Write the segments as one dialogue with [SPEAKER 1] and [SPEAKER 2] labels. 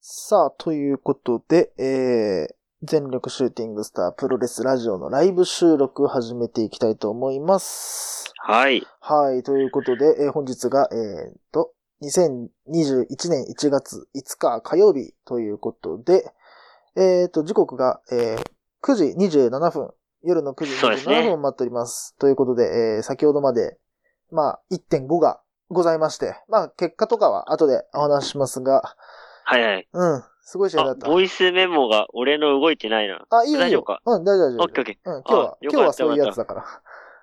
[SPEAKER 1] さあ、ということで、えー、全力シューティングスタープロレスラジオのライブ収録を始めていきたいと思います。
[SPEAKER 2] はい。
[SPEAKER 1] はい、ということで、えー本日が、えー、と、2021年1月5日火曜日ということで、えー、と、時刻が、えー9時27分、夜の9時
[SPEAKER 2] そうですね
[SPEAKER 1] 27分を待っております。ということで、えー先ほどまで、まあ、1.5がございまして、まあ、結果とかは後でお話ししますが、
[SPEAKER 2] はいはい。
[SPEAKER 1] うん、すごい試合だ
[SPEAKER 2] あ
[SPEAKER 1] っ、た。
[SPEAKER 2] ボイスメモが俺の動いてないな。
[SPEAKER 1] あ、いいよいい
[SPEAKER 2] 大丈夫
[SPEAKER 1] よ
[SPEAKER 2] か。
[SPEAKER 1] うん、大丈夫大丈
[SPEAKER 2] オッ
[SPEAKER 1] 夫。
[SPEAKER 2] ケーオッケー。
[SPEAKER 1] うん、今日は
[SPEAKER 2] あ、よ
[SPEAKER 1] 今日
[SPEAKER 2] かった
[SPEAKER 1] はそういうやつだから。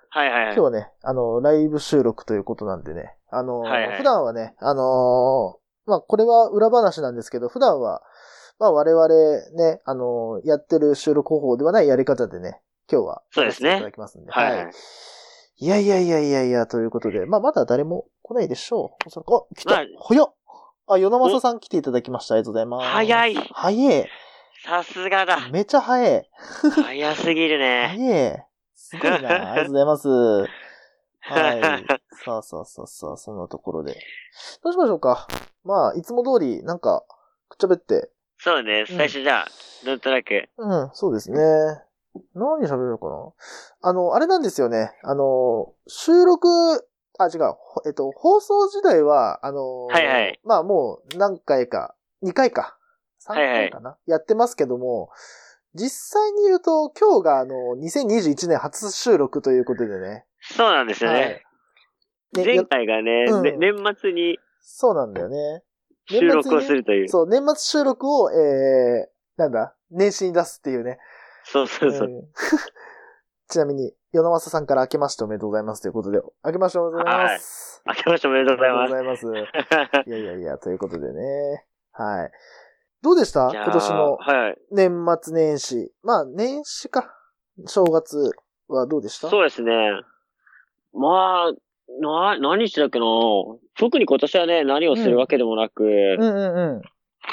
[SPEAKER 2] はいはいは
[SPEAKER 1] 今
[SPEAKER 2] い
[SPEAKER 1] 日。はね、あの、ライブ収録ということなんでね、あの、
[SPEAKER 2] はいはい
[SPEAKER 1] 普段はね、あのーまあ、これは裏話なんですけど、普段は、まあ、我々ね、あのーやってる収録方法ではないやり方でね、今日は、
[SPEAKER 2] そうですね
[SPEAKER 1] やらせていただきますんで。
[SPEAKER 2] はいはい。
[SPEAKER 1] いやいやいやいやいや、ということで、まあ、まだ誰も来ないでしょう。おそらく、あ、来た、
[SPEAKER 2] まあ
[SPEAKER 1] 早っあ、与那正さん来ていただきました。ありがとうございます。
[SPEAKER 2] 早
[SPEAKER 1] い
[SPEAKER 2] い。
[SPEAKER 1] 早え
[SPEAKER 2] さす がだ。
[SPEAKER 1] めちゃ早え
[SPEAKER 2] 早すぎるね。
[SPEAKER 1] いえ。すごいな。ありがとうございます。はい。さあさあさあさあ、そんなところで。どうしましょうか。まあ、いつも通り、なんか、くっちゃべって。
[SPEAKER 2] そうね。最初じゃあ、なんとなく。
[SPEAKER 1] うん、そうですね。何喋るのかなあの、あれなんですよね。あの、収録、あ、違う。ほえっと、放送自体は、あの、
[SPEAKER 2] はいはい
[SPEAKER 1] まあもう何回か、2回か、3回かな、やってますけども、実際に言うと、今日があの、2021年初収録ということでね。
[SPEAKER 2] そうなんですよね。
[SPEAKER 1] はい、ね
[SPEAKER 2] 前
[SPEAKER 1] や
[SPEAKER 2] 回がね、
[SPEAKER 1] うん
[SPEAKER 2] ね年末に
[SPEAKER 1] そうなんだよね。
[SPEAKER 2] 収録をするという。
[SPEAKER 1] そう、年末収録を、えー、なんだ、年始に出すっていうね。
[SPEAKER 2] そうそうそう。
[SPEAKER 1] うんちなみに、与那正さんから明けましておめでとうございますということで、明けましておめでとうございます。
[SPEAKER 2] 明けましておめでとうございます。
[SPEAKER 1] ありがとうございま
[SPEAKER 2] じ
[SPEAKER 1] す。いやいやいや、ということでね。はい。どうでした
[SPEAKER 2] ゃあ
[SPEAKER 1] 今年の
[SPEAKER 2] はいはい。
[SPEAKER 1] 年末年始。まあ、年始か。正月はどうでした
[SPEAKER 2] そうですね。まあ、な、何してたっけな特に今年はね、何をするわけでもなく、
[SPEAKER 1] うんうんうん。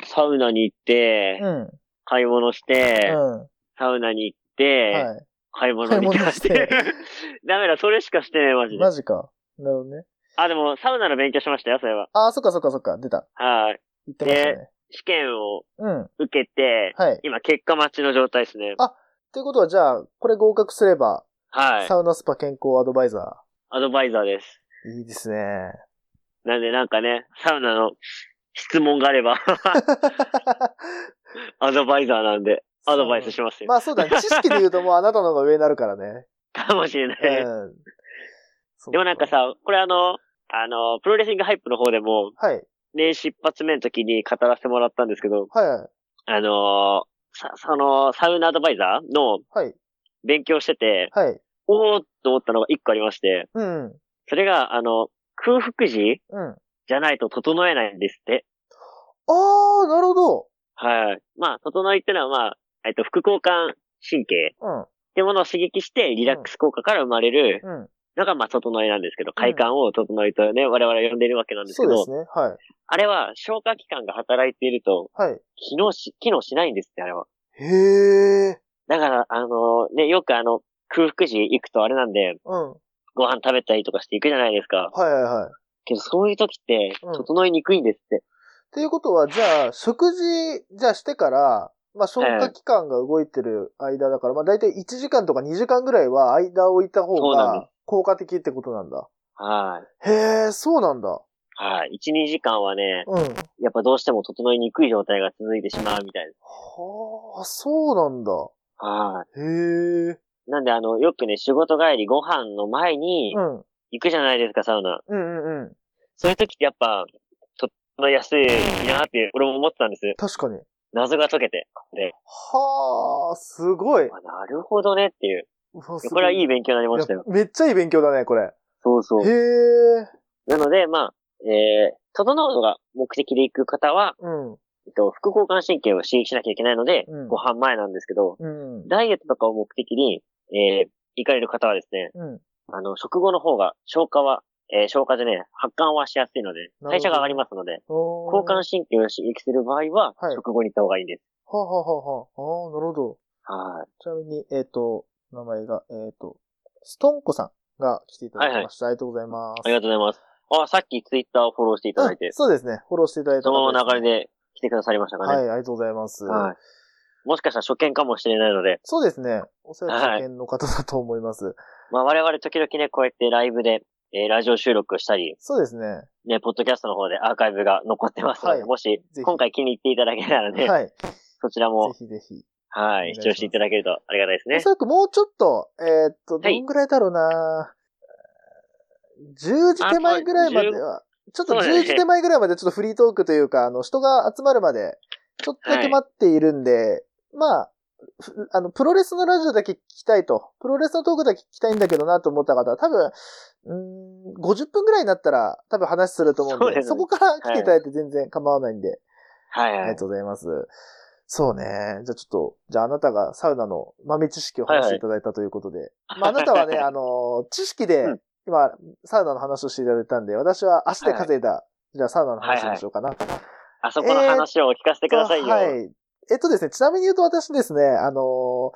[SPEAKER 2] サウナに行って、
[SPEAKER 1] うん。
[SPEAKER 2] 買い物して、
[SPEAKER 1] うん。
[SPEAKER 2] サウナに行って、
[SPEAKER 1] は
[SPEAKER 2] 買い物に行って。
[SPEAKER 1] 買い物
[SPEAKER 2] ダメだ、それしかしてない、マジ
[SPEAKER 1] い。
[SPEAKER 2] で
[SPEAKER 1] マ。ジか。なるほどね。
[SPEAKER 2] あ、でも、サウナの勉強しましたよ、それは。
[SPEAKER 1] ああ、そっかそっかそっか。出た。
[SPEAKER 2] はい。
[SPEAKER 1] 言ってましたね。
[SPEAKER 2] 試験を
[SPEAKER 1] うん。
[SPEAKER 2] 受けて、
[SPEAKER 1] はい。
[SPEAKER 2] 今、結果待ちの状態ですね。
[SPEAKER 1] ということは、じゃあ、これ合格すれば、
[SPEAKER 2] はい。
[SPEAKER 1] サウナスパ健康アドバイザ
[SPEAKER 2] アドバイザーです。
[SPEAKER 1] ー。いいですね。
[SPEAKER 2] なんで、なんかね、サウナの質問があれば、 アドバイザーなんで、 アドバイスしますよ。
[SPEAKER 1] まあそうだね。知識で言うともうあなたの方が上になるから ね。
[SPEAKER 2] かもしれない。
[SPEAKER 1] うん。そう
[SPEAKER 2] でもなんか、さ、これあの、あの、プロレスリングハイプの方でも、
[SPEAKER 1] はい。
[SPEAKER 2] ね、出発目の時に語らせてもらったんですけど、
[SPEAKER 1] はいはい。
[SPEAKER 2] あのーさ、その、サウナアドバイザーの
[SPEAKER 1] はい。
[SPEAKER 2] 勉強してて、
[SPEAKER 1] はい。
[SPEAKER 2] おーっと思ったのが一個ありまして、
[SPEAKER 1] うん。うん。
[SPEAKER 2] それが、あの、空腹時
[SPEAKER 1] あ
[SPEAKER 2] じゃないと整えないんですって。
[SPEAKER 1] あ、なるほど。
[SPEAKER 2] はい。まあ、整いってのは、まあ、えっと、副交感神経
[SPEAKER 1] うん。
[SPEAKER 2] ってものを刺激して、リラックス効果から生まれる
[SPEAKER 1] うん。
[SPEAKER 2] のが、まあ、整いなんですけど、快感を整いとね、我々は呼んでいるわけなんです
[SPEAKER 1] そ
[SPEAKER 2] け
[SPEAKER 1] うで
[SPEAKER 2] ど
[SPEAKER 1] す、ね。はい。
[SPEAKER 2] あれは消化器官が働いていると、
[SPEAKER 1] はい。
[SPEAKER 2] 機能し、機能しないんですって、あれは。
[SPEAKER 1] へえ。
[SPEAKER 2] だから、あのね、よくあの、空腹時行くとあれなんで、
[SPEAKER 1] うん。
[SPEAKER 2] ご飯食べたりとかして行くじゃないですか。
[SPEAKER 1] はいはいはい。っ
[SPEAKER 2] けど、そういう時って、
[SPEAKER 1] うん
[SPEAKER 2] 整いにくいんですって。
[SPEAKER 1] ていうことは、じゃあ、食事、じゃあしてから、まあ、消
[SPEAKER 2] は
[SPEAKER 1] 化
[SPEAKER 2] い
[SPEAKER 1] 器官が動いてる間だから、まあ、だいたい1時間とか2時間ぐらいは間を置いた方
[SPEAKER 2] そうなん
[SPEAKER 1] が効果的ってことなんだ。
[SPEAKER 2] はい。
[SPEAKER 1] へえ、そうなんだ。
[SPEAKER 2] はい。1、2時間はね、
[SPEAKER 1] うん。
[SPEAKER 2] やっぱどうしても整いにくい状態が続いてしまうみたい
[SPEAKER 1] はあ、そうなんだ。
[SPEAKER 2] な。
[SPEAKER 1] へ
[SPEAKER 2] は
[SPEAKER 1] え。
[SPEAKER 2] い。なんで、あの、よくね、仕事帰りご飯の前に
[SPEAKER 1] うん。うん
[SPEAKER 2] 行くじゃないですか、サウナ。
[SPEAKER 1] うんうん。
[SPEAKER 2] そういう時ってやっぱ、整いやすいなって、俺も思ってたんです。
[SPEAKER 1] 確かに。
[SPEAKER 2] 謎が解けて。で、
[SPEAKER 1] はあ、すごい。
[SPEAKER 2] あなるほどねっていう。
[SPEAKER 1] うわすご
[SPEAKER 2] これはいい
[SPEAKER 1] い
[SPEAKER 2] 勉強になりました
[SPEAKER 1] や
[SPEAKER 2] よ。
[SPEAKER 1] めっちゃいい勉強だね、これ。
[SPEAKER 2] そうそ
[SPEAKER 1] へ
[SPEAKER 2] う。
[SPEAKER 1] え。
[SPEAKER 2] なので、まあ、えー、整うのが目的で行く方は、
[SPEAKER 1] うん。
[SPEAKER 2] えっと、副交感神経を刺激しなきゃいけないので、
[SPEAKER 1] うん
[SPEAKER 2] ご飯前なんですけど、
[SPEAKER 1] うん。
[SPEAKER 2] ダイエットとかを目的に、えー、行かれる方はですね、
[SPEAKER 1] うん。
[SPEAKER 2] あの、食後の方が消化は、えー消化でね、発汗はしやすいので、
[SPEAKER 1] ほど
[SPEAKER 2] 代謝が上がりますので、交
[SPEAKER 1] 交
[SPEAKER 2] 感神経を刺激する場合は、
[SPEAKER 1] はい
[SPEAKER 2] 食後に行った方がいいんです。
[SPEAKER 1] はあ、はあはあはあ、ああ、なるほど。
[SPEAKER 2] はい。
[SPEAKER 1] ちなみに、えっ、と、名前が、えっ、と、ストンコさんが来ていただきました。ありがとうございます。
[SPEAKER 2] ありがとうございます。あ、さっきツイッターをフォローしていただい
[SPEAKER 1] うん
[SPEAKER 2] て、
[SPEAKER 1] そうですね。フォローしていただいた
[SPEAKER 2] そ
[SPEAKER 1] 方です
[SPEAKER 2] の流れで来来てくださりましたか
[SPEAKER 1] はい、あ
[SPEAKER 2] ね。
[SPEAKER 1] りがとうございます。
[SPEAKER 2] はい。もしかしたら初見かもしれないので、
[SPEAKER 1] そうですね。おそらく初見の方だと思います。
[SPEAKER 2] まあ我々時々ね、こうやってライブで、えーラジオ収録をしたり、
[SPEAKER 1] そうですね。
[SPEAKER 2] ね、ポッドキャストの方でアーカイブが残ってますので、
[SPEAKER 1] はい
[SPEAKER 2] もし
[SPEAKER 1] ひ、
[SPEAKER 2] 今回気に入っていただけたらね、
[SPEAKER 1] はい。ぜ
[SPEAKER 2] そちらも、
[SPEAKER 1] ひぜひ。
[SPEAKER 2] は
[SPEAKER 1] お願い
[SPEAKER 2] い、
[SPEAKER 1] し
[SPEAKER 2] 視
[SPEAKER 1] ます
[SPEAKER 2] 聴していただけるとありがたいです
[SPEAKER 1] お
[SPEAKER 2] ね
[SPEAKER 1] そ。らくもうちょっと、えーっと、ど
[SPEAKER 2] はい
[SPEAKER 1] んぐらいだろうな、10時手前ぐらいまでは、ちょっと
[SPEAKER 2] そうだね
[SPEAKER 1] 10時手前ぐらいまでちょっとフリートークというか、あの、人が集まるまで、ちょっとだけ待っているんで、まあ、ふあの、プロレスのラジオだけ聞きたいと、プロレスのトークだけ聞きたいんだけどなと思った方は、多分、うーん、50分ぐらいになったら多分話すると思うんで、そう
[SPEAKER 2] そですね
[SPEAKER 1] こから来ていただいて全然構わないんで、
[SPEAKER 2] は
[SPEAKER 1] あ
[SPEAKER 2] いは
[SPEAKER 1] り
[SPEAKER 2] い
[SPEAKER 1] が。とうございます。そうね。じゃあちょっと、じゃああなたがサウナの豆知識を話していただいたということで。まああなたは ね、あのー知識で
[SPEAKER 2] うん、
[SPEAKER 1] 今、サウナの話をしていただいたんで、私は足で稼いだ、じゃあサウナの話をしようかな。
[SPEAKER 2] あそこの話を聞かせてくださいよ。
[SPEAKER 1] はい。えっとですね、ちなみに言うと私ですね、あのー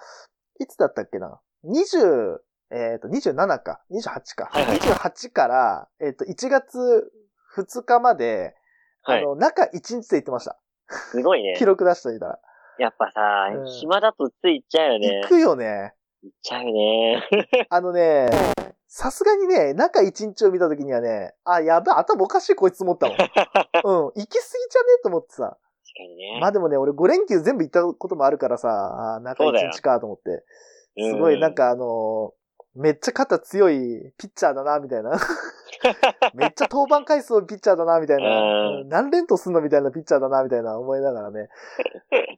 [SPEAKER 1] いつだったっけな。20、えっ、と、27か、28か。
[SPEAKER 2] はいはい
[SPEAKER 1] 28から、えっ、と、1月2日まで、
[SPEAKER 2] は
[SPEAKER 1] あ
[SPEAKER 2] い。
[SPEAKER 1] の、中1日で言ってました。
[SPEAKER 2] すごいね
[SPEAKER 1] 記。録出してみたら。
[SPEAKER 2] やっぱさ
[SPEAKER 1] うん、
[SPEAKER 2] 暇だとつい行っちゃうよね。
[SPEAKER 1] 行くよね。
[SPEAKER 2] 行っちゃうね。
[SPEAKER 1] あのね、さすがにね、中一日を見た時にはね、あ、やばい、頭おかしいこいつ思ったもん。うん、行き過ぎじゃねえと思ってさ。
[SPEAKER 2] 確かにね。
[SPEAKER 1] まあでもね、俺5連休全部行ったこともあるからさ、あ中
[SPEAKER 2] そうだよ
[SPEAKER 1] 一日かと思って。
[SPEAKER 2] うん
[SPEAKER 1] すごいなんかあのーめっちゃ肩強いピッチャーだな、みたい な。めっちゃ登板回数多いピッチャーだな、みたいな
[SPEAKER 2] うん。
[SPEAKER 1] うん何連投すんのみたいなピッチャーだな、みたいな思いながら ね。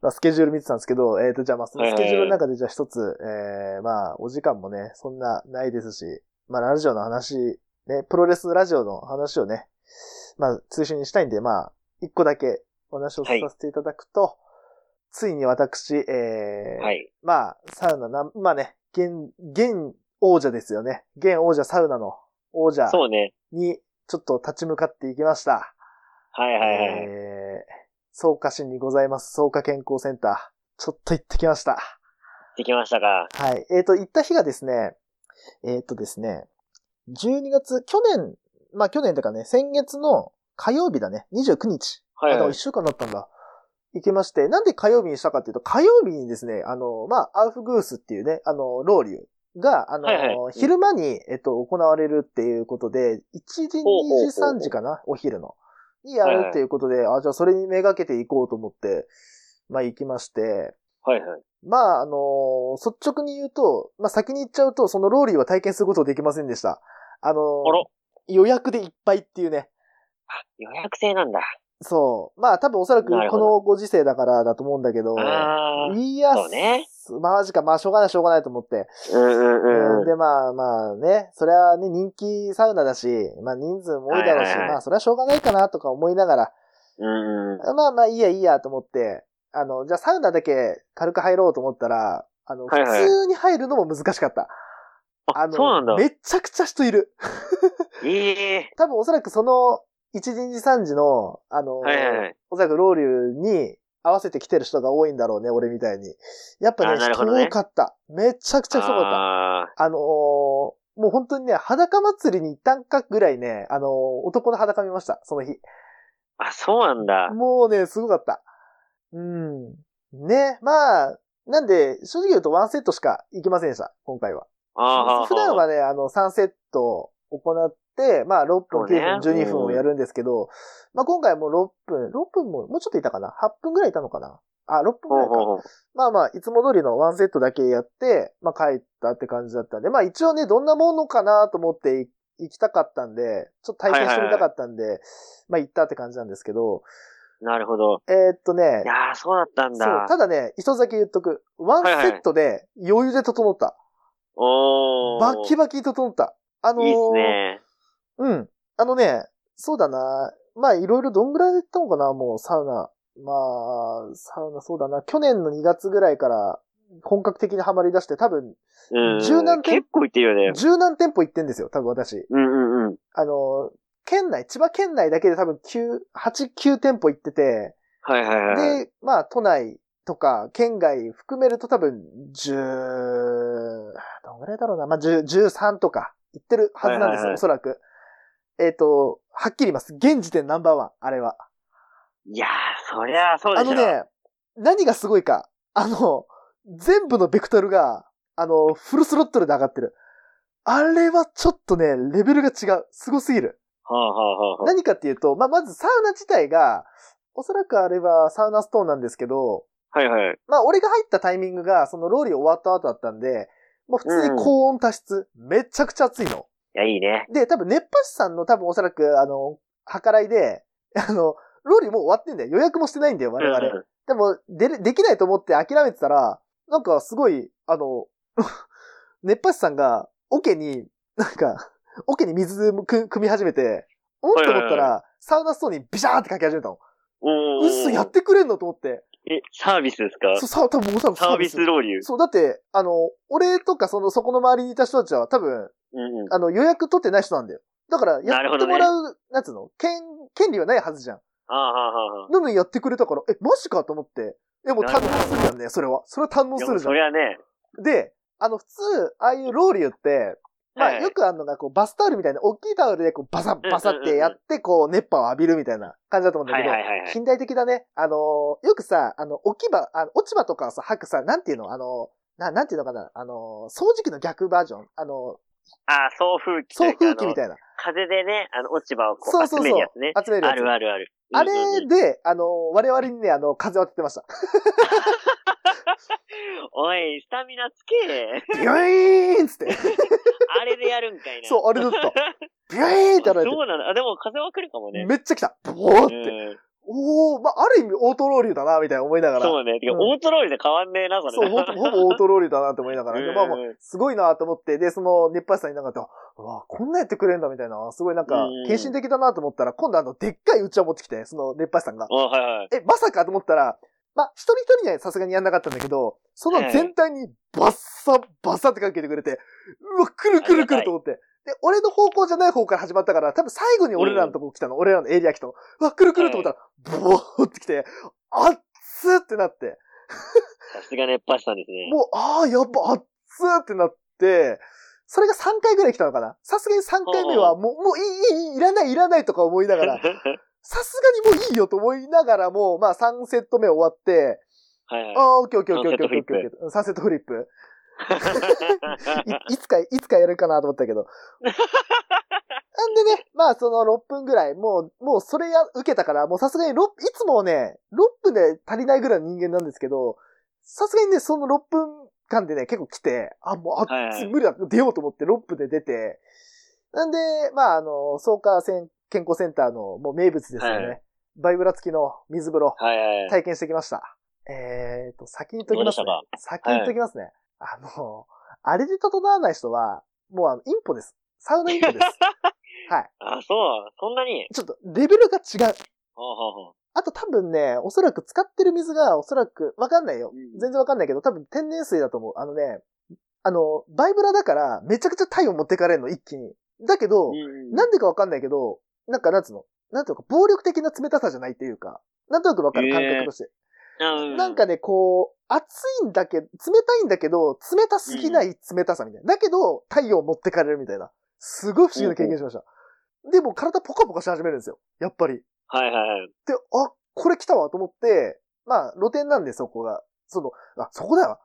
[SPEAKER 1] まあ、スケジュール見てたんですけど、えっ、と、じゃあまあそのスケジュールの中でじゃあ一つ、えー、まあお時間もね、そんなないですし、まあラジオの話、ね、プロレスラジオの話をね、まあ通信にしたいんで、まあ、一個だけお話をさせていただくと、ついに私、えー
[SPEAKER 2] はい。
[SPEAKER 1] まあ、サウナな、まあね、現、現王者ですよね。現王者、サウナの王者
[SPEAKER 2] そうね。
[SPEAKER 1] に、ちょっと立ち向かっていきました。
[SPEAKER 2] はいはいはいはい。
[SPEAKER 1] えー、草加市にございます、草加健康センター。ちょっと行ってきました。
[SPEAKER 2] できましたか。
[SPEAKER 1] はい。えっ、と、行った日がですね、えっ、とですね、12月、去年、まあ去年とかね、先月の火曜日だね、29日。
[SPEAKER 2] はい
[SPEAKER 1] あ、だ
[SPEAKER 2] は
[SPEAKER 1] 1
[SPEAKER 2] い。
[SPEAKER 1] 週間だったんだ。行きまして、なんで火曜日にしたかっていうと、火曜日にですね、あの、まあ、アウフグースっていうね、あの、ロウリュが、あの、
[SPEAKER 2] はいはい
[SPEAKER 1] 昼間に、えっと、行われるっていうことで、1時、
[SPEAKER 2] ほうほうほう
[SPEAKER 1] 2時、3時かな、お昼の。にや
[SPEAKER 2] はい
[SPEAKER 1] る
[SPEAKER 2] はい
[SPEAKER 1] っていうことで、あ、じゃあそれにめがけて行こうと思って、まあ、行きまして、
[SPEAKER 2] はいはい。
[SPEAKER 1] まあ、あの率直に言うと、まあ、先に言っちゃうと、そのロウリュは体験することできませんでした。あの
[SPEAKER 2] あら
[SPEAKER 1] 予約でいっぱいっていうね。
[SPEAKER 2] あ、予約制なんだ。
[SPEAKER 1] そう。まあ多分おそらく
[SPEAKER 2] なる
[SPEAKER 1] こ
[SPEAKER 2] ほど
[SPEAKER 1] のご時世だからだと思うんだけど、
[SPEAKER 2] ああ。うん
[SPEAKER 1] いや、
[SPEAKER 2] そうね
[SPEAKER 1] マジか、まあしょうがないしょうがないと思って。
[SPEAKER 2] うんうん。
[SPEAKER 1] で、まあまあね、それはね、人気サウナだし、まあ人数も多いだろうし、
[SPEAKER 2] はいはいはい
[SPEAKER 1] まあそれはしょうがないかなとか思いながら、
[SPEAKER 2] うんうん。
[SPEAKER 1] まあまあいいやいいやと思って、あの、じゃあサウナだけ軽く入ろうと思ったら、あの、
[SPEAKER 2] はいはい
[SPEAKER 1] 普通に入るのも難しかった。
[SPEAKER 2] あ、
[SPEAKER 1] の、
[SPEAKER 2] そうなんだ。
[SPEAKER 1] めちゃくちゃ人いる。
[SPEAKER 2] ええ。
[SPEAKER 1] 多分おそらくその、1時3時の、あの、
[SPEAKER 2] はいはいはい。
[SPEAKER 1] おそらくロウリュに合わせて来てる人が多いんだろうね、俺みたいに。やっぱね、
[SPEAKER 2] あなる
[SPEAKER 1] 人
[SPEAKER 2] ほどね
[SPEAKER 1] 多かった。めちゃくちゃ人多かった。あ
[SPEAKER 2] ああ。
[SPEAKER 1] のーもう本当にね、裸祭りに行ったんかぐらいね、あのー男の裸見ました、その日。
[SPEAKER 2] あ、そうなんだ。
[SPEAKER 1] もうね、すごかった。うん。ね、まあ、なんで、正直言うとワンセットしか行きませんでした、今回は。
[SPEAKER 2] ああ。
[SPEAKER 1] 普段はね、あの、3セット行って、まあ、6分、
[SPEAKER 2] そうね
[SPEAKER 1] 9分、12分をやるんですけど、まあ、今回も6分、6分も、もうちょっといたかな ?8 分ぐらいいたのかなあ、6分ぐ
[SPEAKER 2] ほ
[SPEAKER 1] ら
[SPEAKER 2] う
[SPEAKER 1] い
[SPEAKER 2] ほう
[SPEAKER 1] か。
[SPEAKER 2] ほう。
[SPEAKER 1] まあまあ、いつも通りの1セットだけやって、まあ、帰ったって感じだったんで、まあ、一応ね、どんなものかなと思ってい行きたかったんで、ちょっと体験してみたかったんで、まあ、行ったって感じなんですけど、
[SPEAKER 2] なるほど。
[SPEAKER 1] えーっとね
[SPEAKER 2] い、やー、そうだった
[SPEAKER 1] そ
[SPEAKER 2] ん
[SPEAKER 1] う
[SPEAKER 2] だ。、
[SPEAKER 1] ただね、一つだけ言っとく。ワンセットで余裕で整った。
[SPEAKER 2] おー。
[SPEAKER 1] バッキバキに整った。あのー
[SPEAKER 2] いいっすね。
[SPEAKER 1] うん。あのね、そうだな。まあ、いろいろどんぐらい行ったのかな、もう、サウナ。まあ、サウナそうだな。去年の2月ぐらいから本格的にハマり出して、多分、
[SPEAKER 2] うん。
[SPEAKER 1] 柔軟点
[SPEAKER 2] 結構いってるよね。
[SPEAKER 1] 十何店舗行ってんですよ、多分私。
[SPEAKER 2] うんうんうん。
[SPEAKER 1] あの、県内、千葉県内だけで多分9、8、9店舗行ってて、
[SPEAKER 2] はいはいはいはい。
[SPEAKER 1] で、まあ、都内とか、県外含めると多分、10、どんぐらいだろうな。まあ、10 13とか、行ってるはずなんですよ、
[SPEAKER 2] はいはいはい
[SPEAKER 1] おそらく。えっ、と、はっきり言います。現時点ナンバーワン、あれは。
[SPEAKER 2] いやー、そりゃあ、そうで
[SPEAKER 1] あ
[SPEAKER 2] しょ。
[SPEAKER 1] のね、何がすごいか。あの、全部のベクトルが、あの、フルスロットルで上がってる。あれはちょっとね、レベルが違う。すごすぎる。
[SPEAKER 2] はあはあはあはあ。
[SPEAKER 1] 何かっていうと、まあ、まずサウナ自体が、おそらくあれはサウナストーンなんですけど、
[SPEAKER 2] はいはい。
[SPEAKER 1] まあ、俺が入ったタイミングが、そのローリー終わった後だったんで、もう普通に高温多湿、めちゃくちゃ暑いの。
[SPEAKER 2] いや、いいね。
[SPEAKER 1] で、多分、熱波師さんの多分おそらく、あの、計らいで、あの、ローリーもう終わってんだよ。予約もしてないんだよ、我々。
[SPEAKER 2] うん
[SPEAKER 1] でも、でれ、できないと思って諦めてたら、なんかすごい、あの、 熱波師さんが、桶に、なんか、桶に水もく、汲み始めて、おんと
[SPEAKER 2] はいはいは
[SPEAKER 1] 思っ
[SPEAKER 2] い
[SPEAKER 1] たら、サウナストーンにビシャーって書き始めたの。
[SPEAKER 2] お
[SPEAKER 1] う
[SPEAKER 2] ー
[SPEAKER 1] っそ、やってくれんのと思って。
[SPEAKER 2] え、サービスですか
[SPEAKER 1] そう、さ、多分、多分
[SPEAKER 2] サービスロ流。
[SPEAKER 1] そう、だって、あの、俺とかその、そこの周りにいた人たちは多分、
[SPEAKER 2] うんうん。
[SPEAKER 1] あの、予約取ってない人なんだよ。だから、や
[SPEAKER 2] なる
[SPEAKER 1] っ
[SPEAKER 2] ほ
[SPEAKER 1] て
[SPEAKER 2] どね
[SPEAKER 1] もらう、なんつうの権、権利はないはずじゃん。
[SPEAKER 2] ああ、はあ、はあ、はあ。
[SPEAKER 1] なのにやってくれたから、え、マジかと思って。え、もう堪能するじゃんね、それは。それは堪能
[SPEAKER 2] いや
[SPEAKER 1] す
[SPEAKER 2] もう
[SPEAKER 1] るじゃ
[SPEAKER 2] そ
[SPEAKER 1] ん。
[SPEAKER 2] りゃね。
[SPEAKER 1] で、あの、普通、ああいうローリュって、まあ、
[SPEAKER 2] はい
[SPEAKER 1] よくあるのが、こう、バスタオルみたいな、大きいタオルで、こう、バサッ、バサっ
[SPEAKER 2] うんうんう
[SPEAKER 1] て
[SPEAKER 2] ん
[SPEAKER 1] やって、こう、熱波を浴びるみたいな感じだと思うんだ
[SPEAKER 2] は
[SPEAKER 1] け
[SPEAKER 2] い
[SPEAKER 1] ど
[SPEAKER 2] は、いはいはい。
[SPEAKER 1] 近代的だね。あのーよくさ、あの、置き場、あの落ち葉とかをさ、吐くさ、なんていうのあのーな、なんていうのかなあのー掃除機の逆バージョンあの
[SPEAKER 2] ああ、送風機
[SPEAKER 1] ー送風機み
[SPEAKER 2] いな。
[SPEAKER 1] たいな。
[SPEAKER 2] 風でね、あの、落ち葉をこ
[SPEAKER 1] そう
[SPEAKER 2] う
[SPEAKER 1] そうそう
[SPEAKER 2] 集めるやつね。
[SPEAKER 1] 集めるや
[SPEAKER 2] あ
[SPEAKER 1] つ。
[SPEAKER 2] るあるある。
[SPEAKER 1] あれ
[SPEAKER 2] うんうんうん
[SPEAKER 1] で、あのー我々にね、あの、風を当ててました。
[SPEAKER 2] おい、スタミナつけ。
[SPEAKER 1] ビューイーンっつって。
[SPEAKER 2] あれでやるんかいな。、
[SPEAKER 1] そうう、あれだった。ビューイーンってやられて
[SPEAKER 2] そうなの。あ、でも風は来るかもね。
[SPEAKER 1] めっちゃ来た。ボーっ
[SPEAKER 2] う
[SPEAKER 1] て。
[SPEAKER 2] ん
[SPEAKER 1] おおまあ、ある意味オートローリューだな、みたいな思いながら。
[SPEAKER 2] そうね。てか、
[SPEAKER 1] うん
[SPEAKER 2] オートロールで変わんねえな、それ。
[SPEAKER 1] そう、ほぼほぼオートローリューだなって思いながら。で、
[SPEAKER 2] うん
[SPEAKER 1] まあまあ、すごいなと思って、で、その、熱波師さんになんかって、うわこんなやってくれるんだみたいな、すごいなんか
[SPEAKER 2] うん、
[SPEAKER 1] 献身的だなと思ったら、今度あの、でっかいうちわ持ってきて、その熱波師さんが。
[SPEAKER 2] おはいはい。
[SPEAKER 1] え、まさかと思ったら、まあ、一人一人にはさすがにやんなかったんだけど、その全体にバッサバッサってかけてくれて、うわ、くるくるくると思って。で、俺の方向じゃない方から始まったから、多分最後に俺らのとこ来たの、俺らのエリア来たの。うわ、くるくると思ったら、ボーってきて、あっつーってなって。
[SPEAKER 2] さすが熱波師さんですね。
[SPEAKER 1] もう、ああ、やっぱ、熱っつーってなって、それが3回ぐらい来たのかな。さすがに3回目は、もう、もういい、いい、いいいらない、いらないとか思いながら、さすがにもういいよと思いながらも、まあ3セット目終わって、
[SPEAKER 2] はい
[SPEAKER 1] あ
[SPEAKER 2] は
[SPEAKER 1] あ、オッケーオッケーオッケーオッケーオッケーオッケーうんサンセットフリッ プ。 いいつか、いつかやるかなと思ったけ ど。なんでね、まあその6分ぐらい、もう、もうそれや、受けたから、もうさすがに6、いつもね、6分で足りないぐらいの人間なんですけど、さすがにね、その6分間でね、結構来て、あ、もう、あ、
[SPEAKER 2] はいはい
[SPEAKER 1] 無理だ、出ようと思って6分で出て、なんで、まああの、草加健康センターのもう名物ですよね。
[SPEAKER 2] は
[SPEAKER 1] バイブラ付きの水風呂。
[SPEAKER 2] い。はいはい。
[SPEAKER 1] 体験してきました。えーと、先に言っとき
[SPEAKER 2] どうで
[SPEAKER 1] ま
[SPEAKER 2] し
[SPEAKER 1] す
[SPEAKER 2] た
[SPEAKER 1] ね。
[SPEAKER 2] か
[SPEAKER 1] 先に言っときますね。あの、あれで整わない人は、もうあの、インポです。サウナインポ です。はい。
[SPEAKER 2] あ、そう。そんなに。
[SPEAKER 1] ちょっと、レベルが違う。
[SPEAKER 2] ほうほうほう。
[SPEAKER 1] あと多分ね、おそらく使ってる水が、おそらく、わかんないよ
[SPEAKER 2] う。ん
[SPEAKER 1] 全然わかんないけど、多分天然水だと思う。あのね、あの、バイブラだから、めちゃくちゃ体温持ってかれるの、一気に。だけど、なんでかわかんないけど、なんか、なんつうの、なんていうのか、暴力的な冷たさじゃないっていうか、なんとなくわかる、感覚として。
[SPEAKER 2] うん
[SPEAKER 1] なんか、ね、こう、暑いんだけど、冷たいんだけど、冷たすぎない冷たさみたいな。だけど、太陽持ってかれるみたいな。すごい不思議な経験しました。でも体ポカポカし始めるんですよ。やっぱり。
[SPEAKER 2] はいはいはい。
[SPEAKER 1] で、あ、これ来たわと思って、まあ、露店なんで、そこが。その、あ、そこだよ。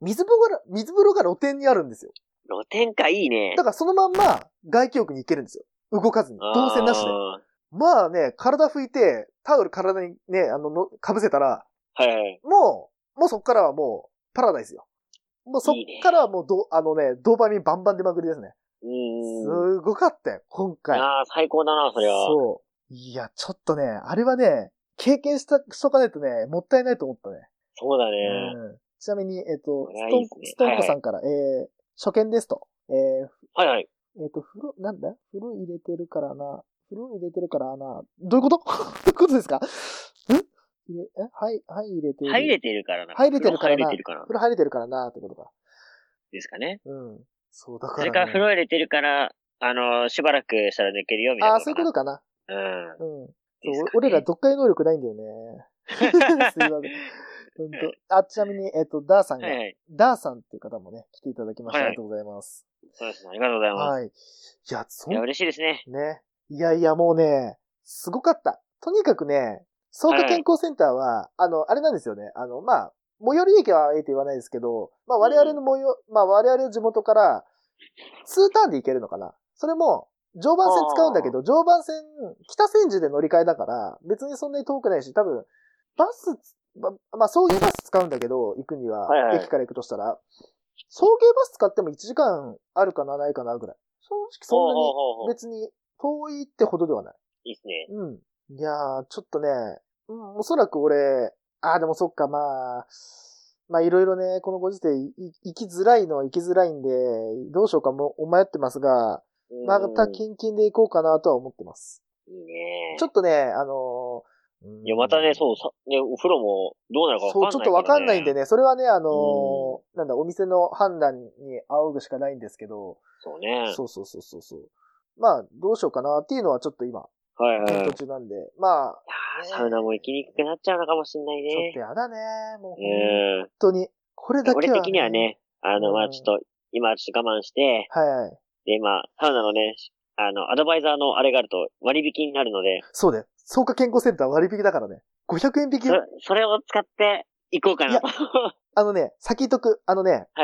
[SPEAKER 1] 水風呂が、水風呂が露店にあるんですよ。
[SPEAKER 2] 露天かいいね
[SPEAKER 1] だ。からそのまんま、外気浴に行けるんですよ。動かずに。動線なしで
[SPEAKER 2] あ。ー
[SPEAKER 1] まあね、体拭いて、タオル体にね、あの、の被せたら、
[SPEAKER 2] はいはい。
[SPEAKER 1] もう、もうそっからはもう、パラダイスよ。もうそっからはもうど、あのね、ドーパミンバンバン出まくりですね。
[SPEAKER 2] うん。
[SPEAKER 1] すごかったよ、今回。
[SPEAKER 2] ああ、最高だな、それは。
[SPEAKER 1] そう。いや、ちょっとね、あれはね、経験した、しとかないとね、もったいないと思ったね。
[SPEAKER 2] そうだね。
[SPEAKER 1] うん、ちなみに、えっ、と
[SPEAKER 2] これ
[SPEAKER 1] ス
[SPEAKER 2] はい
[SPEAKER 1] ト
[SPEAKER 2] い
[SPEAKER 1] ン
[SPEAKER 2] っすね、
[SPEAKER 1] ストンコさんから、えー、初見ですと。えー、
[SPEAKER 2] はいはい。
[SPEAKER 1] えっ、と、風呂、なんだ風呂入れてるからな。風呂入れてるからな。どういうこと どういうことですかん入れえはい、はい、入れてる。
[SPEAKER 2] 入れてるからな。
[SPEAKER 1] 入れてるからな
[SPEAKER 2] 風呂入れてるから
[SPEAKER 1] 風呂入れてるからな、ってことか。
[SPEAKER 2] ですかね。
[SPEAKER 1] うん。そう、だか
[SPEAKER 2] そ
[SPEAKER 1] ら、
[SPEAKER 2] れから風呂入れてるから、あの、しばらくしたら抜けるよ、みたいな。
[SPEAKER 1] ああ、そういうことかな。
[SPEAKER 2] とうん。
[SPEAKER 1] うん。
[SPEAKER 2] で
[SPEAKER 1] そ
[SPEAKER 2] す
[SPEAKER 1] う
[SPEAKER 2] かね
[SPEAKER 1] 俺ら読解能力ないんだよ ね。すいません。ほんと。あ、ちなみに、えっ、と、ダーさんが、
[SPEAKER 2] はいはい。
[SPEAKER 1] ダーさんっていう方もね、来ていただきまして、
[SPEAKER 2] はい
[SPEAKER 1] ありがとうございます。
[SPEAKER 2] そうですね。ありがとうございます。
[SPEAKER 1] はい。いや、そ
[SPEAKER 2] いや、
[SPEAKER 1] ん
[SPEAKER 2] 嬉しいですね。
[SPEAKER 1] ね。いやいや、もうね、すごかった。とにかくね、草加健康センターは、あの、あれなんですよね。あの、まあ、最寄り駅はええと言わないですけど、まあ我々の最寄、まあ我々の地元から、2ターンで行けるのかな。それも、常磐線使うんだけど、常磐線、北千住で乗り換えだから、別にそんなに遠くないし、多分、バスつ、ま、まあ送迎バス使うんだけど、行くには、
[SPEAKER 2] はいはい
[SPEAKER 1] 駅から行くとしたら、送迎バス使っても1時間あるかな、ないかな、ぐらい。正直そんなに、
[SPEAKER 2] ほうほうほうほう
[SPEAKER 1] 別に遠いってほどではない。
[SPEAKER 2] いいっすね。
[SPEAKER 1] うん。いやー、ちょっとね、うん、おそらく俺、あーでもそっか、まあ、まあいろいろね、このご時世、いい生きづらいのは生きづらいんで、どうしようかもう迷ってますが、
[SPEAKER 2] うん
[SPEAKER 1] またキンキンでいこうかなとは思ってます。
[SPEAKER 2] いいね
[SPEAKER 1] ちょっとね、あのーうん
[SPEAKER 2] いや、またね、そう、さね、お風呂もどうなるかわか
[SPEAKER 1] そ
[SPEAKER 2] んな
[SPEAKER 1] う、
[SPEAKER 2] い、
[SPEAKER 1] ちょっとわかんないんで
[SPEAKER 2] ね。
[SPEAKER 1] ね、それはね、あのーなんだ、お店の判断に仰ぐしかないんですけど、
[SPEAKER 2] そうね。
[SPEAKER 1] そうそうそうそうそう。まあ、どうしようかなっていうのはちょっと今、
[SPEAKER 2] はいはい。
[SPEAKER 1] 検討中なんで、まあ、ね
[SPEAKER 2] サウナも行きにくくなっちゃうのかもしんない
[SPEAKER 1] ちょっと
[SPEAKER 2] ね。
[SPEAKER 1] やだね。もう本
[SPEAKER 2] うん。
[SPEAKER 1] 当に。これだけは、
[SPEAKER 2] 俺的には。ね、あ
[SPEAKER 1] う
[SPEAKER 2] の、
[SPEAKER 1] ん
[SPEAKER 2] まあちょっと、今はちょっと我慢して、
[SPEAKER 1] はいはい。
[SPEAKER 2] で、まあサウナのね、あの、アドバイザーのあれがあると割引になるので、
[SPEAKER 1] そうだよ。草加健康センター割引だからね。500円引き
[SPEAKER 2] そ。それを使って行こう かなと。は
[SPEAKER 1] あのね、先言っとく。あのね、
[SPEAKER 2] い。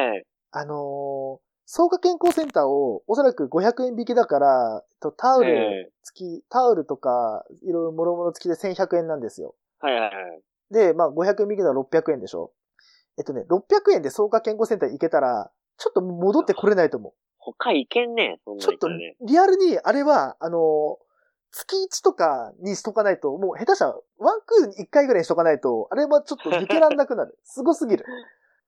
[SPEAKER 1] あのー、草加健康センターをおそらく500円引きだから、えっとタオル
[SPEAKER 2] ええ
[SPEAKER 1] 付き、タオルとか、いろいろもろもろ付きで1100円なんですよ。
[SPEAKER 2] はいはいはい。
[SPEAKER 1] で、まあ500円引きなら600円でしょ。えっとね、600円で草加健康センター行けたら、ちょっともう戻ってこれないと思う。
[SPEAKER 2] 他行けんね。そんな
[SPEAKER 1] ちょ
[SPEAKER 2] に
[SPEAKER 1] っと、
[SPEAKER 2] ね。
[SPEAKER 1] リアルに、あれは、あの、月1とかにしとかないと、もう下手したら、ワンクールに1回ぐらいにしとかないと、あれはちょっと抜けらんなくなる。 すごすぎる。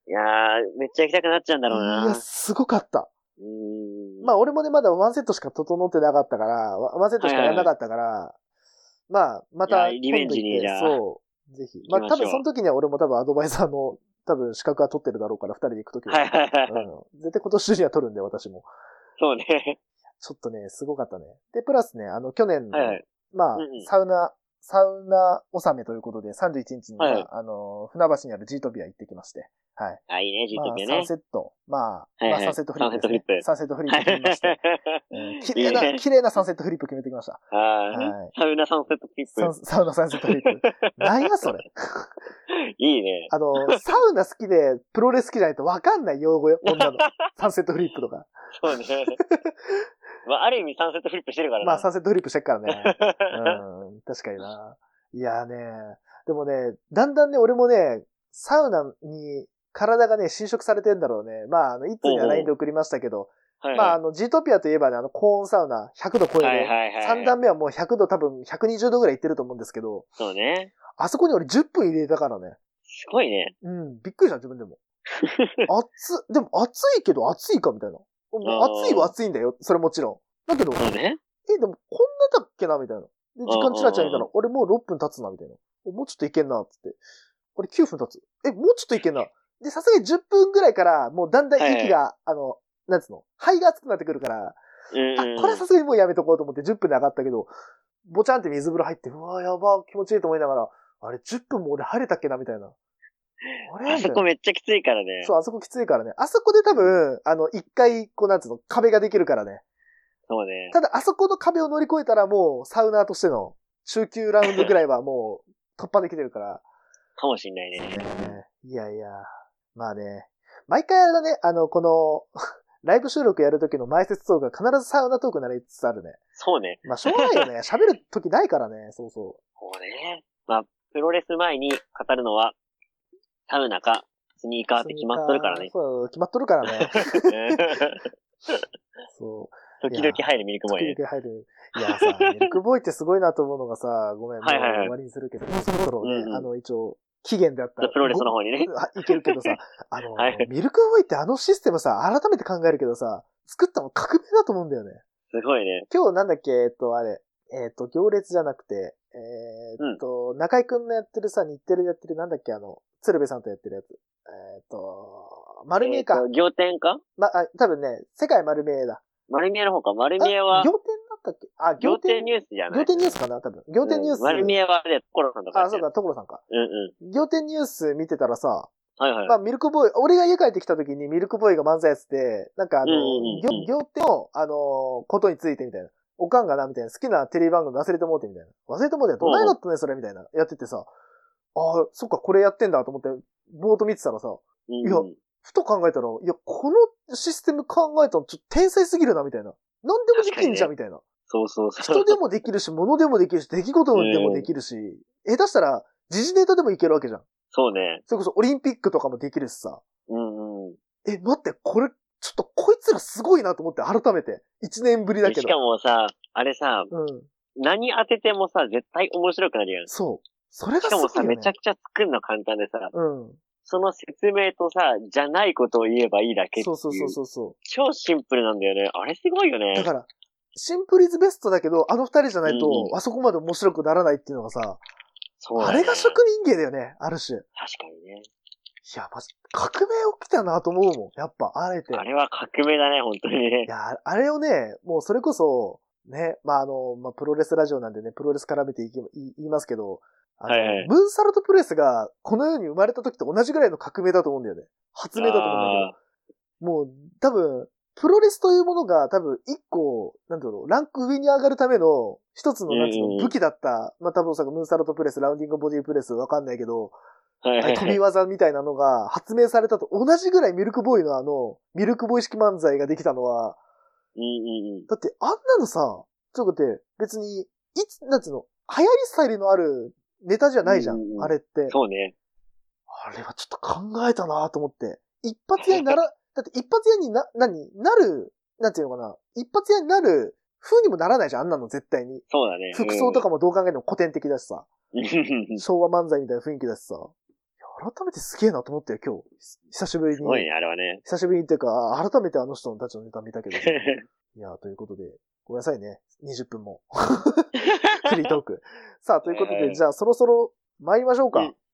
[SPEAKER 2] いやー、めっちゃ行きたくなっちゃうんだろう
[SPEAKER 1] いや、
[SPEAKER 2] な。
[SPEAKER 1] すごかった。
[SPEAKER 2] うん。
[SPEAKER 1] まあ、俺もね、まだワンセットしか整ってなかったから、ワワンセットしかやらなかったから、まあ、また
[SPEAKER 2] いやリベンジに
[SPEAKER 1] 今度行って
[SPEAKER 2] じゃあ
[SPEAKER 1] そう。ぜひ。ま
[SPEAKER 2] 行
[SPEAKER 1] あ、
[SPEAKER 2] き
[SPEAKER 1] 多
[SPEAKER 2] ましょう
[SPEAKER 1] 分その時には俺も多分アドバイザーの、多分資格は取ってるだろうから、二人で行く時は。
[SPEAKER 2] はいはいはい。
[SPEAKER 1] うん。絶対今年中には取るんで、私も。
[SPEAKER 2] そうね。
[SPEAKER 1] ちょっとね、すごかったね。で、プラスね、あの、去年の、
[SPEAKER 2] はいはい。
[SPEAKER 1] まあ、
[SPEAKER 2] うんうん
[SPEAKER 1] サウナ、サウナ納めということで、31日には、
[SPEAKER 2] はい
[SPEAKER 1] あの、船橋にあるジートビア行ってきまして、はい。
[SPEAKER 2] あ、いいね、ジ
[SPEAKER 1] ま
[SPEAKER 2] ッ
[SPEAKER 1] あ
[SPEAKER 2] ト、ね。
[SPEAKER 1] サンセット、まあ、
[SPEAKER 2] はいはい
[SPEAKER 1] まあ、サンセットフリップですね。サ
[SPEAKER 2] サ
[SPEAKER 1] ンセットフリップ決めま して。うん綺麗
[SPEAKER 2] いい
[SPEAKER 1] な、
[SPEAKER 2] ね
[SPEAKER 1] 綺麗なサンセットフリップ決めてきました。 は
[SPEAKER 2] はいい。サウナサンセットピッ
[SPEAKER 1] サン
[SPEAKER 2] プ。
[SPEAKER 1] サウナサンセットフリップ。なんやそれ。
[SPEAKER 2] いいね。
[SPEAKER 1] あの、サウナ好きで、プロレス好きじゃないとわかんない用語よ、こん なの。サンセットフリップとか。
[SPEAKER 2] そう ね。まあ、ある意味サンセットフリップしてるから
[SPEAKER 1] ま
[SPEAKER 2] な。
[SPEAKER 1] あ、 サンセットフリップしてっからね。
[SPEAKER 2] あ、
[SPEAKER 1] うん、確かにな。いやーね、でもね、だんだんね、俺もね、サウナに体がね、侵食されてんだろうね。まあ、あの、いつには
[SPEAKER 2] おうおう
[SPEAKER 1] LINE で送りましたけど、
[SPEAKER 2] はい
[SPEAKER 1] まあ、
[SPEAKER 2] は
[SPEAKER 1] あの、ジートピアといえばね、あの、高温サウナ、100度超
[SPEAKER 2] い。は
[SPEAKER 1] え
[SPEAKER 2] い
[SPEAKER 1] る。
[SPEAKER 2] はいはい。
[SPEAKER 1] 3段目はもう100度多分120度ぐらいいってると思うんですけど、
[SPEAKER 2] そうね。
[SPEAKER 1] あそこに俺10分入れたからね。
[SPEAKER 2] すごいね。
[SPEAKER 1] うん、びっくりした、自分 でも。熱っ、でも熱いけど熱いかみたいな。もう熱いは熱いんだよ、それもちろん。だけど、
[SPEAKER 2] そうね。
[SPEAKER 1] え、でもこんなだっけなみたいな。で、時間チラチラ見たら、俺もう6分経つな、みたいな。おもうちょっといけんな、つって。俺9分経つ。え、もうちょっといけんな。で、さすがに10分ぐらいから、もうだんだん息が、あの、なんつうの、肺が熱くなってくるから、
[SPEAKER 2] うんうん。
[SPEAKER 1] あ、これはさすがにもうやめとこうと思って10分で上がったけど、ぼちゃんって水風呂入って、うわやば、気持ちいいと思いながら、あれ、10分も俺入れたっけな、みたいな。あれ
[SPEAKER 2] あそこめっちゃきついからね。
[SPEAKER 1] そう、あそこきついからね。あそこで多分、あの、一回、こう、なんつうの、壁ができるからね。
[SPEAKER 2] そうね。
[SPEAKER 1] ただ、あそこの壁を乗り越えたらもう、サウナーとしての中級ラウンドぐらいはもう、 突破できてるから。
[SPEAKER 2] かもしんないね。
[SPEAKER 1] いやいや、まあね。毎回あれだね、あの、この、 ライブ収録やるときの前説トークが必ずサウナトークになりつつあるね。
[SPEAKER 2] そうね。
[SPEAKER 1] まあ、しょうがない よね。喋るときないからね、そうそ
[SPEAKER 2] そうね。まあ、プロレス前に語るのは、サウナか、スニー
[SPEAKER 1] う。
[SPEAKER 2] カーって決まっと るからね。
[SPEAKER 1] そう、決まっとるから ね。そう。
[SPEAKER 2] 時々入るミルクボーイね
[SPEAKER 1] 時。々入る。いやさ、ミルクボーイってすごいなと思うのがさ、ごめん、もう
[SPEAKER 2] はいはいはい
[SPEAKER 1] 終わりにするけど、もうそろそろね、
[SPEAKER 2] うんうん
[SPEAKER 1] あの、一応、期限であった。
[SPEAKER 2] プロレスの方にね。
[SPEAKER 1] あいけるけどさ、あの、
[SPEAKER 2] はい
[SPEAKER 1] ミルクボーイってあのシステムさ、改めて考えるけどさ、作ったの革命だと思うんだよね。
[SPEAKER 2] すごいね。
[SPEAKER 1] 今日なんだっけ、えっと、あれ、えっと、行列じゃなくて、えーっと、中井くんのやってるさ、日テレでやってる、なんだっけ、あの、鶴瓶さんとやってるやつ。えーっと、丸見えか
[SPEAKER 2] えー。と仰天か
[SPEAKER 1] ま、あ、多分ね、世界丸見えだ。
[SPEAKER 2] 丸見えの方か。丸
[SPEAKER 1] あ
[SPEAKER 2] 見えは
[SPEAKER 1] 仰、天だったっけあ、
[SPEAKER 2] 仰
[SPEAKER 1] 仰
[SPEAKER 2] 天
[SPEAKER 1] 天。
[SPEAKER 2] ニュースじゃない
[SPEAKER 1] 仰天ニュースかな多分。仰天ニュース。
[SPEAKER 2] うん丸見えはね、コロさんとか。
[SPEAKER 1] あ、そう。か、所さんか。
[SPEAKER 2] うんうん。
[SPEAKER 1] 仰天ニュース見てたらさ、
[SPEAKER 2] はいはい。
[SPEAKER 1] まあ、ミルクボーイ、俺が家帰ってきた時にミルクボーイが漫才やってて、なんかあの、
[SPEAKER 2] うんうんうん
[SPEAKER 1] ぎょ、行手の、あのーことについてみたいな。おかんがな、みたいな、好きなテレビ番組忘れてもうて、みたいな。忘れてもうて、どないだったね、それ、みたいな。やっててさ、ああ、そっか、これやってんだと思って、ぼーっと見てたらさ、
[SPEAKER 2] うん
[SPEAKER 1] いやふと考えたら、いや、このシステム考えたのちょっと天才すぎるな、みたいな。何でもできんじゃん、みたいな。
[SPEAKER 2] そうそうそう。
[SPEAKER 1] 人でもできるし、物でもできるし、出来事でもできるし、下手したら、時事ネタでもいけるわけじゃん。
[SPEAKER 2] そうね。
[SPEAKER 1] それこそオリンピックとかもできるしさ。
[SPEAKER 2] うんうん。
[SPEAKER 1] え、待って、これ、ちょっとこいつらすごいなと思って、改めて。一年ぶりだけど。
[SPEAKER 2] しかもさ、あれさ、
[SPEAKER 1] うん。
[SPEAKER 2] 何当ててもさ、絶対面白くなるやん。し
[SPEAKER 1] そう。それがす
[SPEAKER 2] か
[SPEAKER 1] ごいよ、
[SPEAKER 2] も
[SPEAKER 1] ね。
[SPEAKER 2] さ、めちゃくちゃ作るの簡単でさ、
[SPEAKER 1] うん。
[SPEAKER 2] その説明とさ、じゃないことを言えばいいだけってい
[SPEAKER 1] そう
[SPEAKER 2] う。
[SPEAKER 1] そうそうそうそ
[SPEAKER 2] 超シンプルなんだよね。あれすごいよ
[SPEAKER 1] う。だ
[SPEAKER 2] ね。
[SPEAKER 1] から、シンプルイズベストだけど、あの二人じゃないと、
[SPEAKER 2] うん
[SPEAKER 1] あそこまで面白くならないっていうのがさ、
[SPEAKER 2] そうだ
[SPEAKER 1] あ
[SPEAKER 2] ね
[SPEAKER 1] れが職人芸だよね、ある種。い
[SPEAKER 2] 確かにね。
[SPEAKER 1] や、まじ、革命起きたなと思うもん。やっぱ、あれて。
[SPEAKER 2] あれは革命だね、本当にね
[SPEAKER 1] い。や、あれをね、もうそれこそ、ね、まあ、あの、まあ、プロレスラジオなんでね、プロレス絡めていき言い言いますけど、あの
[SPEAKER 2] はいはい
[SPEAKER 1] ムーンサルトプレスがこの世に生まれた時と同じぐらいの革命だと思うんだよね。発明だと思うんだけど。
[SPEAKER 2] あ
[SPEAKER 1] もう、多分、プロレスというものが多分一個、なんていうの、ランク上に上がるための一つの、なんていう
[SPEAKER 2] うんう
[SPEAKER 1] の、
[SPEAKER 2] ん
[SPEAKER 1] 武器だった。まあ、多分さ、ムーンサルトプレス、ラウンディングボディプレス、わかんないけど、
[SPEAKER 2] ーはい
[SPEAKER 1] あ
[SPEAKER 2] は
[SPEAKER 1] あい
[SPEAKER 2] いう
[SPEAKER 1] 飛
[SPEAKER 2] は
[SPEAKER 1] び
[SPEAKER 2] い。
[SPEAKER 1] 技みたいなのが発明されたと同じぐらいミルクボーイのあの、ミルクボーイ式漫才ができたのは、
[SPEAKER 2] うんうんうん。
[SPEAKER 1] だってあんなのさ、ちょっと待って、別に、いつ、なんていうの、流行り廃りのあるネタじゃないじゃん、
[SPEAKER 2] うんうん
[SPEAKER 1] あれって。
[SPEAKER 2] そうね。
[SPEAKER 1] あれはちょっと考えたなと思って。一発屋に なら、だって一発屋にな、何なる、なんていうのかな。一発屋になる風にもならないじゃん、あんなの絶対に。
[SPEAKER 2] そうだね。
[SPEAKER 1] 服装と
[SPEAKER 2] か。
[SPEAKER 1] かもどう考えても古典的だしさ。
[SPEAKER 2] うん す
[SPEAKER 1] 昭和漫才みたいな雰囲気だしさ。いや改めてすげえなと思ったよ、今日。ひ久しぶりに。
[SPEAKER 2] ごいね、あれはね。
[SPEAKER 1] 久しぶりにっていうか、あ改めてあの人たちのネタ見た けど。いやー、ということで、ごめんなさいね。20分も。フリートーク。さあ、ということで、
[SPEAKER 2] えー
[SPEAKER 1] じゃあそろそろ参りましょうか。
[SPEAKER 2] うん